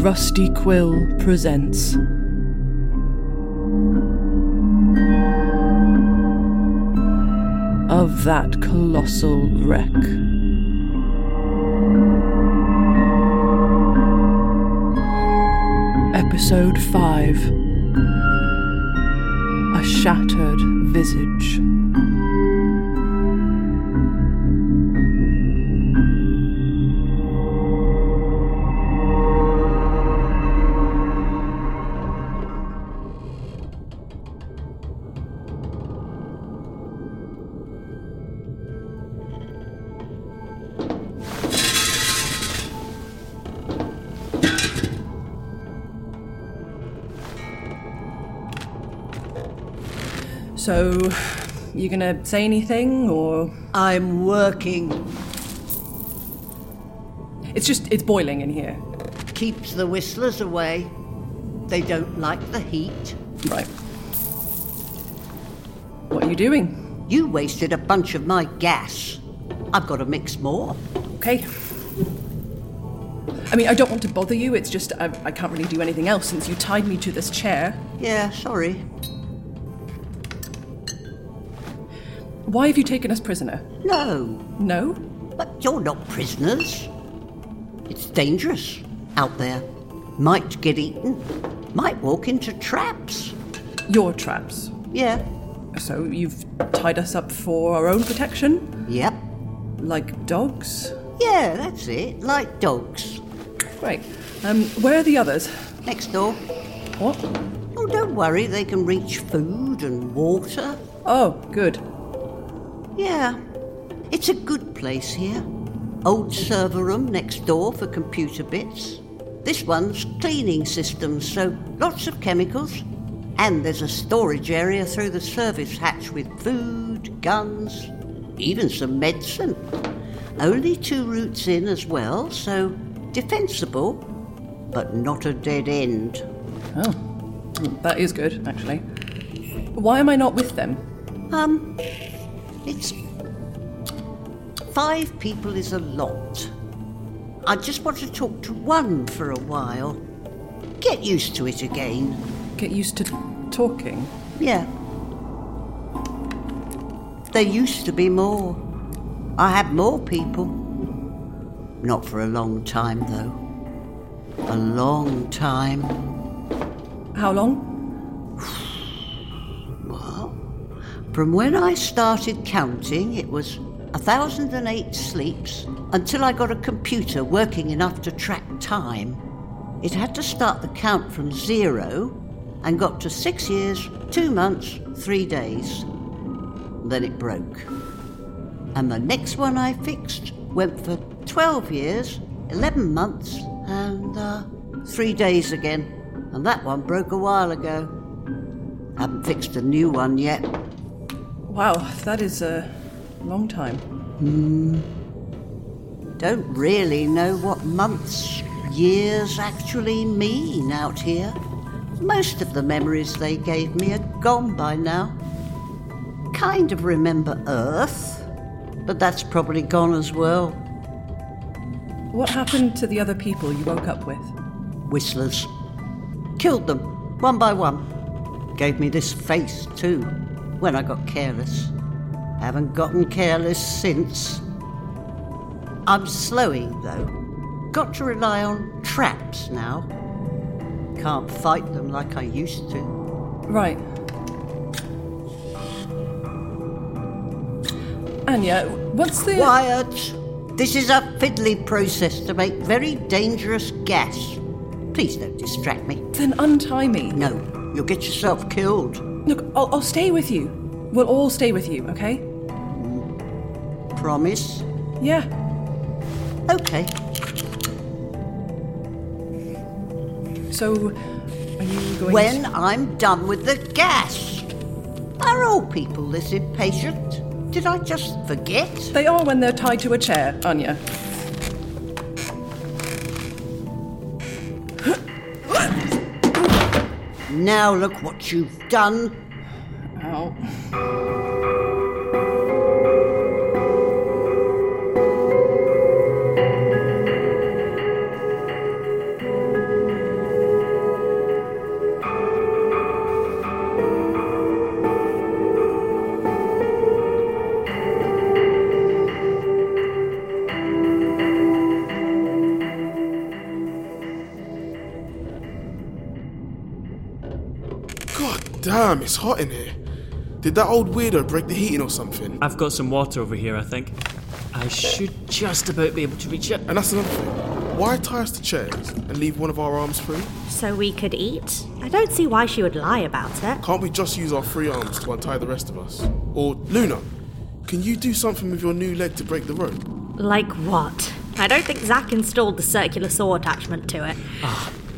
Rusty Quill presents. Of that colossal wreck. Episode 5 A Shattered Visage. So, you gonna say anything, or I'm working. it's just it's boiling in here, Keeps the whistlers away. They don't like the heat. right? What are you doing? You wasted a bunch of my gas. I've got to mix more. Okay. I mean, I don't want to bother you. It's just I, I can't really do anything else since you tied me to this chair. Yeah, sorry. Why have you taken us prisoner? No, No. but you're not prisoners. It's dangerous out there. Might get eaten. Might walk into traps. Your traps. Yeah. So you've tied us up for our own protection, Yep. like dogs. Yeah, that's it. Like dogs. Great. Um, where are the others? Next door. What? Oh, don't worry. They can reach food and water. Oh, good. Yeah. It's a good place here. Old server room next door for computer bits. This one's cleaning systems, so lots of chemicals. And there's a storage area through the service hatch with food, guns, even some medicine. Only two routes in as well, so defensible, but not a dead end. Oh, Mm, that is good, actually. Why am I not with them? Um, it's. Five people is a lot. I just want to talk to one for a while. Get used to it again. Get used to talking. Yeah. There used to be more. I had more people. Not for a long time, though. A long time. How long? Well, from when I started counting, it was 1,008 sleeps until I got a computer working enough to track time. It had to start the count from zero and got to six years, two months, three days. Then it broke. And the next one I fixed went for 12 years, 11 months, and uh, three days again. And that one broke a while ago. Haven't fixed a new one yet. Wow, that is a long time. Don't really know what months, years actually mean out here. Most of the memories they gave me are gone by now. Kind of remember Earth, but that's probably gone as well. What happened to the other people you woke up with? Whistlers. Killed them, one by one. Gave me this face, too, when I got careless. Haven't gotten careless since. I'm slowing, though. Got to rely on traps now. Can't fight them like I used to. Right. Anya, what's the. Quiet! This is a fiddly process to make very dangerous gas. Please don't distract me. Then untie me. No, you'll get yourself killed. Look, I'll, I'll stay with you. We'll all stay with you, okay? Promise? Yeah. Okay. So, are you going When to- I'm done with the gas. Are all people this impatient? Did I just forget? They are when they're tied to a chair, Anya. Now look what you've done. Ow. God damn, it's hot in here. Did that old weirdo break the heating or something? I've got some water over here, I think. I should just about be able to reach it. And that's another thing. Why tie us to chairs and leave one of our arms free? So we could eat? I don't see why she would lie about it. Can't we just use our free arms to untie the rest of us? Or, Luna, can you do something with your new leg to break the rope? Like what? I don't think Zack installed the circular saw attachment to it.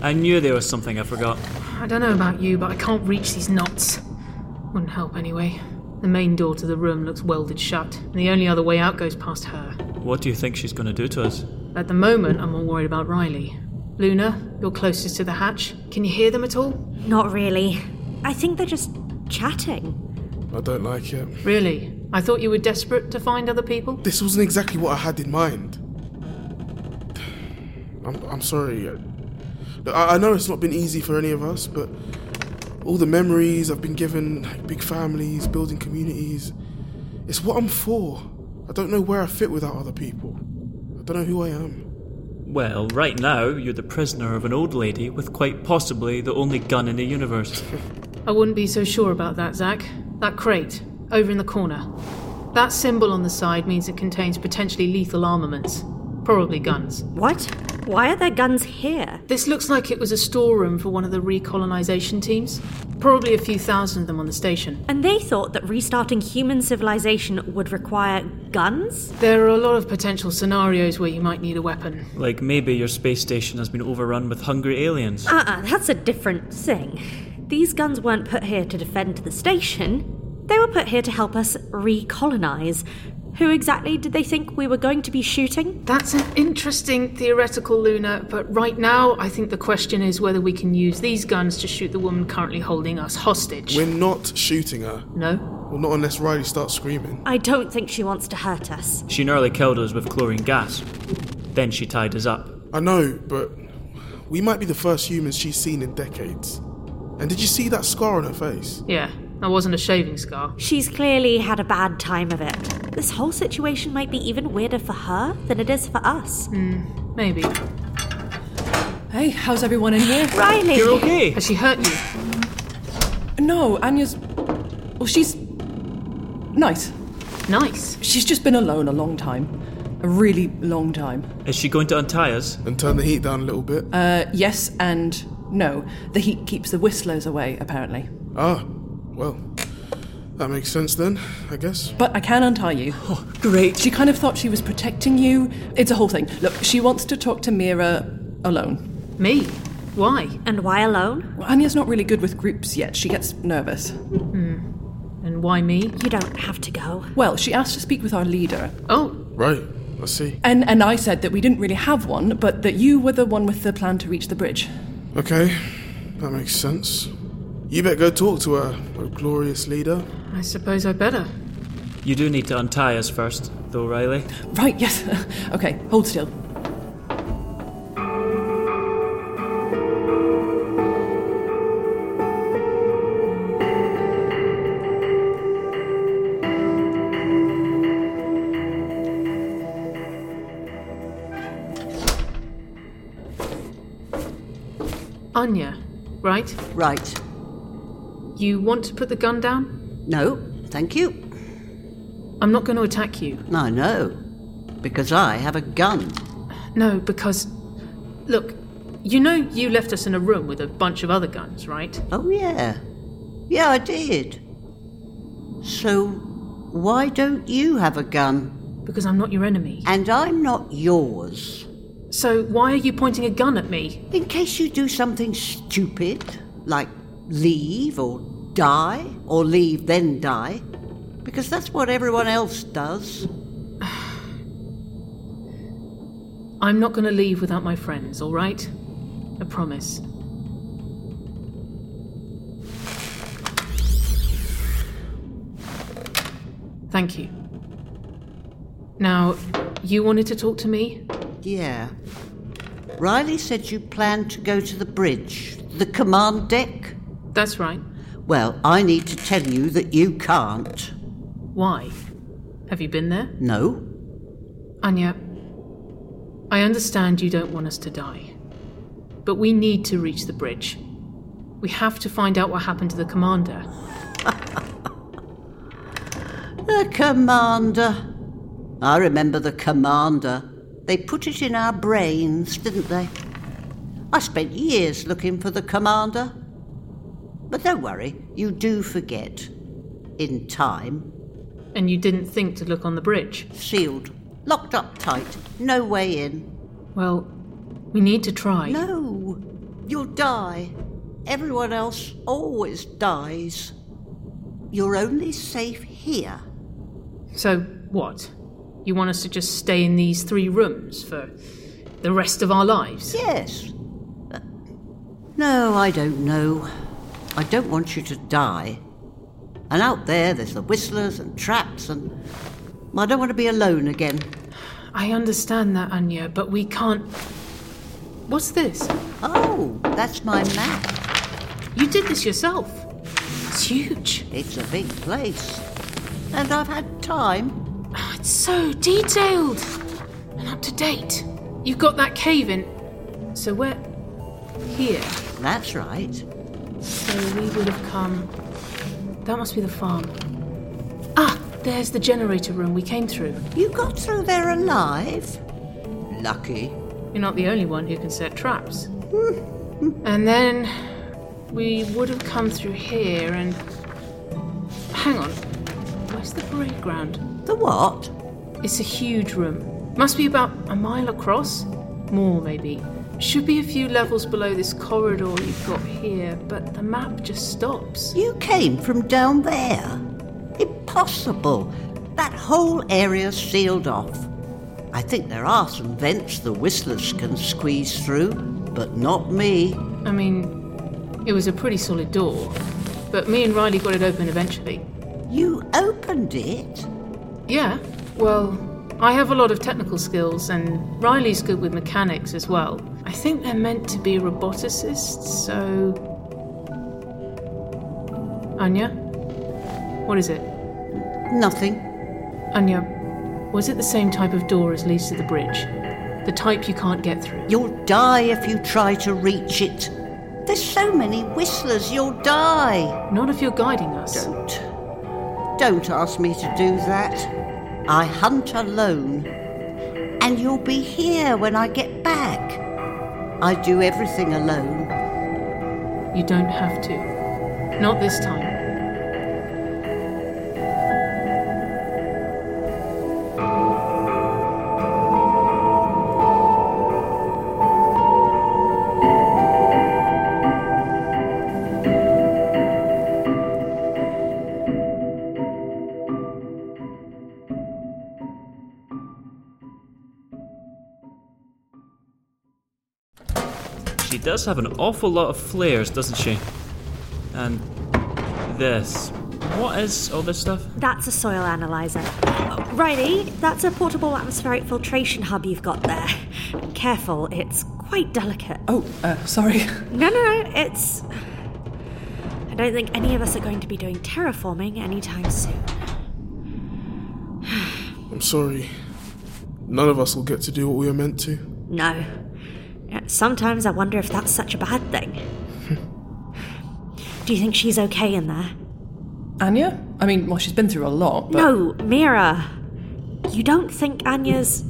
I knew there was something I forgot. I don't know about you, but I can't reach these knots. Wouldn't help anyway. The main door to the room looks welded shut, and the only other way out goes past her. What do you think she's going to do to us? At the moment, I'm more worried about Riley. Luna, you're closest to the hatch. Can you hear them at all? Not really. I think they're just chatting. I don't like it. Really? I thought you were desperate to find other people? This wasn't exactly what I had in mind. I'm, I'm sorry. Look, I, I know it's not been easy for any of us, but all the memories I've been given, like big families, building communities, it's what I'm for. I don't know where I fit without other people. I don't know who I am. Well, right now, you're the prisoner of an old lady with quite possibly the only gun in the universe. I wouldn't be so sure about that, Zack. That crate, over in the corner. That symbol on the side means it contains potentially lethal armaments. Probably guns. What? Why are there guns here? This looks like it was a storeroom for one of the recolonization teams. Probably a few thousand of them on the station. And they thought that restarting human civilization would require guns? There are a lot of potential scenarios where you might need a weapon. like maybe your space station has been overrun with hungry aliens. Uh uh that's a different thing. These guns weren't put here to defend the station, they were put here to help us recolonize. Who exactly did they think we were going to be shooting? That's an interesting theoretical Luna, but right now I think the question is whether we can use these guns to shoot the woman currently holding us hostage. We're not shooting her. No? Well, not unless Riley starts screaming. I don't think she wants to hurt us. She nearly killed us with chlorine gas. Then she tied us up. I know, but we might be the first humans she's seen in decades. And did you see that scar on her face? Yeah, that wasn't a shaving scar. She's clearly had a bad time of it. This whole situation might be even weirder for her than it is for us. Maybe. Hey, how's everyone in here? Riley! You're okay! Has she hurt you? No, Anya's. Well, she's. Nice. Nice. She's just been alone a long time. A really long time. Is she going to untie us? And turn the heat down a little bit. Uh, yes and no. The heat keeps the whistlers away, apparently. Ah, well, that makes sense then, I guess. But I can untie you. Great! She kind of thought she was protecting you. It's a whole thing. Look, she wants to talk to Mira alone. Me? Why? And why alone? Well, Anya's not really good with groups yet. She gets nervous. And why me? You don't have to go. Well, she asked to speak with our leader, Oh, Right, I see. and and I said that we didn't really have one, but that you were the one with the plan to reach the bridge. Okay, That makes sense. You better go talk to her, O glorious leader. I suppose I better. You do need to untie us first, though, Riley. Right, yes. okay, hold still. Anya, right? Right. You want to put the gun down? No, thank you. I'm not going to attack you. I know. Because I have a gun. No, because. Look, you know you left us in a room with a bunch of other guns, right? Oh, yeah. Yeah, I did. So, why don't you have a gun? Because I'm not your enemy. And I'm not yours. So, why are you pointing a gun at me? In case you do something stupid, like leave or die, or leave then die, because that's what everyone else does. I'm not going to leave without my friends, all right? I promise. Thank you. Now, you wanted to talk to me? Yeah. Riley said you planned to go to the bridge, the command deck. That's right. Well, I need to tell you that you can't. Why? Have you been there? No. Anya, I understand you don't want us to die. But we need to reach the bridge. We have to find out what happened to the commander. The commander. I remember the commander. They put it in our brains, didn't they? I spent years looking for the commander. But don't worry, you do forget. In time. And you didn't think to look on the bridge? Sealed. Locked up tight. No way in. Well, we need to try. No! You'll die. Everyone else always dies. You're only safe here. So, what? You want us to just stay in these three rooms for the rest of our lives? Yes. Uh, No, I don't know. I don't want you to die. And out there, there's the whistlers and traps, and I don't want to be alone again. I understand that, Anya, but we can't. What's this? Oh, that's my map. You did this yourself. It's huge. It's a big place. And I've had time. Oh, it's so detailed and up to date. You've got that cave in. So we're here. That's right. So we would have come. That must be the farm. Ah, there's the generator room we came through. You got through there alive? Lucky. You're not the only one who can set traps. and then we would have come through here and. Hang on. Where's the playground? The what? It's a huge room. Must be about a mile across. More, maybe. Should be a few levels below this corridor you've got here, but the map just stops. You came from down there. Impossible. That whole area's sealed off. I think there are some vents the whistlers can squeeze through, but not me. I mean, it was a pretty solid door, but me and Riley got it open eventually. You opened it? Yeah, well, I have a lot of technical skills, and Riley's good with mechanics as well. I think they're meant to be roboticists, so. Anya? What is it? Nothing. Anya, was it the same type of door as leads to the bridge? The type you can't get through? You'll die if you try to reach it. There's so many whistlers, you'll die. Not if you're guiding us. Don't. Don't ask me to do that. I hunt alone. And you'll be here when I get back. I do everything alone. You don't have to. Not this time. She does have an awful lot of flares, doesn't she? And this. What is all this stuff? That's a soil analyzer. Righty, that's a portable atmospheric filtration hub you've got there. Careful, it's quite delicate. Oh, uh, sorry. No, no, no, it's. I don't think any of us are going to be doing terraforming anytime soon. I'm sorry. None of us will get to do what we were meant to. No. Sometimes I wonder if that's such a bad thing. Do you think she's okay in there? Anya? I mean, well, she's been through a lot, but. No, Mira. You don't think Anya's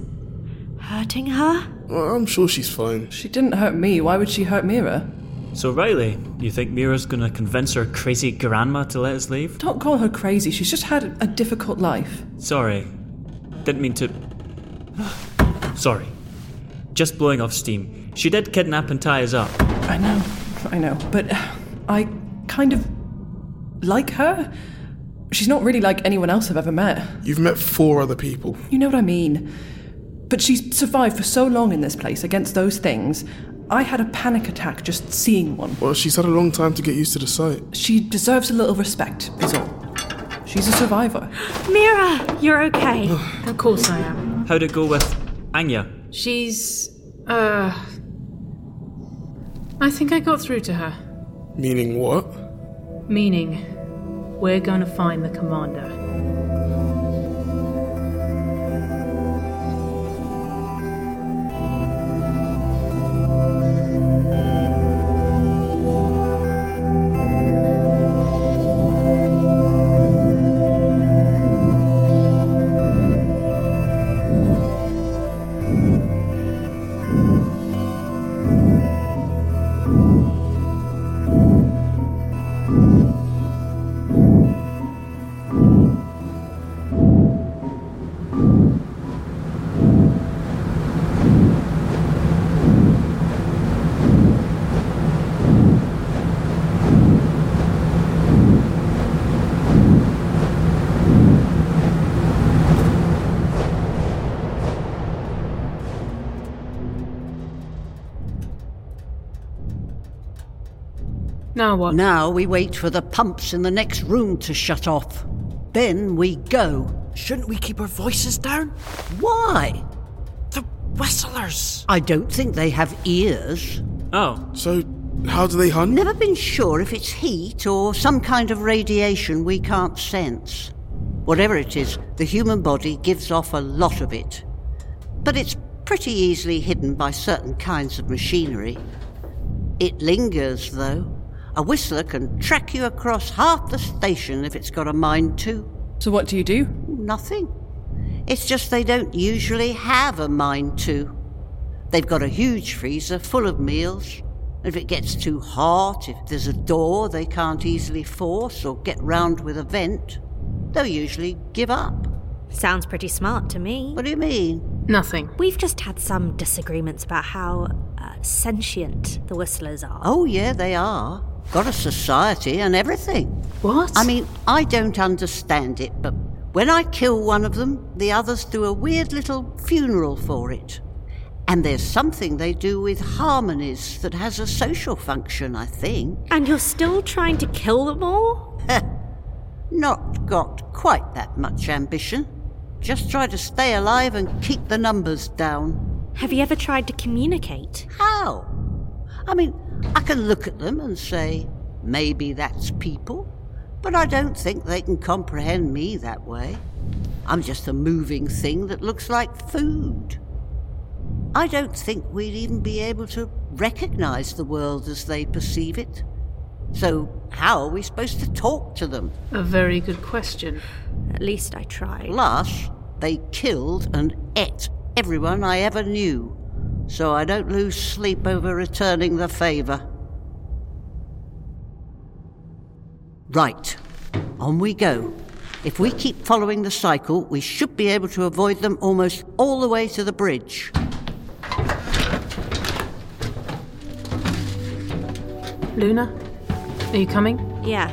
hurting her? Well, I'm sure she's fine. She didn't hurt me. Why would she hurt Mira? So, Riley, you think Mira's gonna convince her crazy grandma to let us leave? Don't call her crazy. She's just had a difficult life. Sorry. Didn't mean to. Sorry. Just blowing off steam. She did kidnap and tie us up. I know, I know, but uh, I kind of like her. She's not really like anyone else I've ever met. You've met four other people. You know what I mean? But she's survived for so long in this place against those things. I had a panic attack just seeing one. Well, she's had a long time to get used to the sight. She deserves a little respect, is all. She's a survivor. Mira, you're okay. of course I am. How'd it go with Anya? She's. uh. I think I got through to her. Meaning what? Meaning, we're gonna find the commander. Now what? Now we wait for the pumps in the next room to shut off. Then we go. Shouldn't we keep our voices down? Why? The whistlers. I don't think they have ears. Oh. So, how do they hunt? Never been sure if it's heat or some kind of radiation we can't sense. Whatever it is, the human body gives off a lot of it. But it's pretty easily hidden by certain kinds of machinery. It lingers, though. A whistler can track you across half the station if it's got a mind to. So, what do you do? Nothing. It's just they don't usually have a mind to. They've got a huge freezer full of meals. If it gets too hot, if there's a door they can't easily force or get round with a vent, they'll usually give up. Sounds pretty smart to me. What do you mean? Nothing. We've just had some disagreements about how uh, sentient the whistlers are. Oh, yeah, they are. Got a society and everything. What? I mean, I don't understand it, but when I kill one of them, the others do a weird little funeral for it. And there's something they do with harmonies that has a social function, I think. And you're still trying to kill them all? Not got quite that much ambition. Just try to stay alive and keep the numbers down. Have you ever tried to communicate? How? I mean, I can look at them and say, maybe that's people, but I don't think they can comprehend me that way. I'm just a moving thing that looks like food. I don't think we'd even be able to recognize the world as they perceive it. So, how are we supposed to talk to them? A very good question. At least I tried. Plus, they killed and ate everyone I ever knew so I don't lose sleep over returning the favour. Right, on we go. If we keep following the cycle, we should be able to avoid them almost all the way to the bridge. Luna, are you coming? Yeah.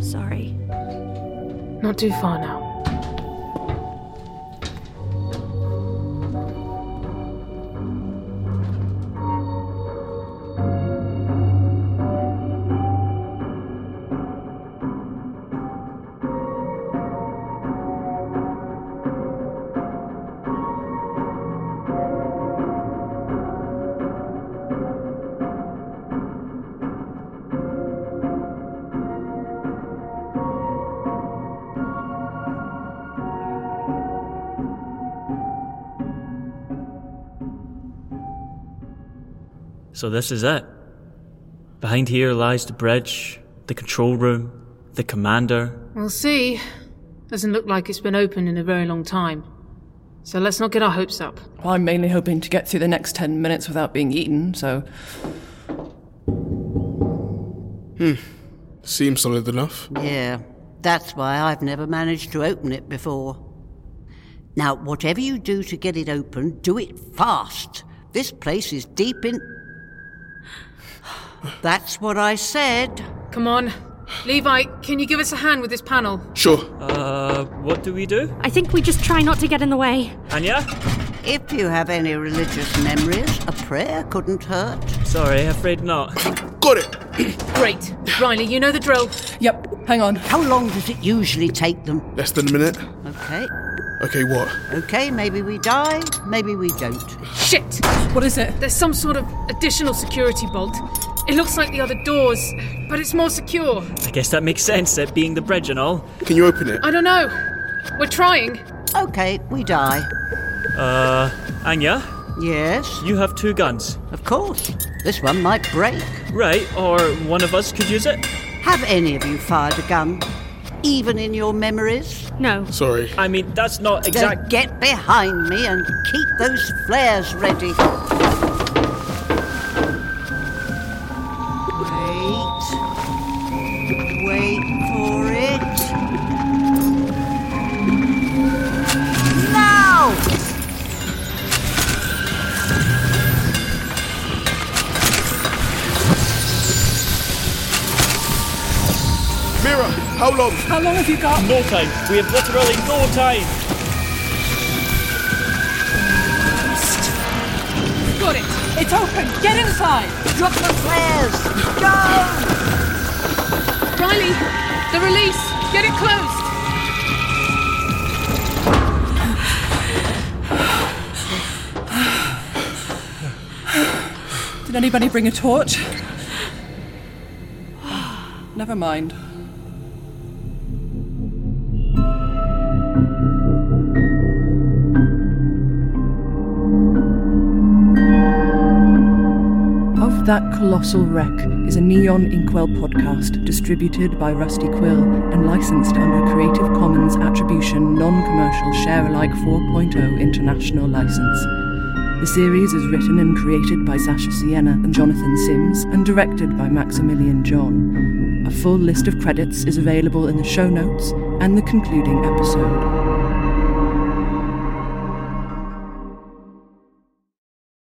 Sorry. Not too far now. So this is it. Behind here lies the bridge, the control room, the commander. We'll see. Doesn't look like it's been open in a very long time. So let's not get our hopes up. Well, I'm mainly hoping to get through the next 10 minutes without being eaten, so. Hmm. Seems solid enough. Yeah, that's why I've never managed to open it before. Now, whatever you do to get it open, do it fast. This place is deep in. That's what I said. Come on. Levi, can you give us a hand with this panel? Sure. Uh, what do we do? I think we just try not to get in the way. Anya? If you have any religious memories, a prayer couldn't hurt. Sorry, afraid not. Got it! Great. Riley, you know the drill. Yep, hang on. How long does it usually take them? Less than a minute. Okay. Okay, what? Okay, maybe we die, maybe we don't. Shit! What is it? There's some sort of additional security bolt. It looks like the other doors, but it's more secure. I guess that makes sense, it being the bridge and all. Can you open it? I don't know. We're trying. Okay, we die. Uh, Anya? Yes? You have two guns. Of course. This one might break. Right, or one of us could use it. Have any of you fired a gun? Even in your memories? No. Sorry. I mean, that's not Then exact. get behind me and keep those flares ready. Wait. Wait for it. Now! Mira, how long? How long have you got? No time. We have literally no time. Got it. It's open! Get inside! Drop the flares! Go! Riley, the release. Get it closed. Did anybody bring a torch? Never mind. Of That Colossal Wreck is a Neon Inkwell podcast distributed by Rusty Quill and licensed under Creative Commons Attribution Non Commercial Share Alike 4.0 International License. The series is written and created by Sasha Sienna and Jonathan Sims and directed by Maximilian John. A full list of credits is available in the show notes and the concluding episode.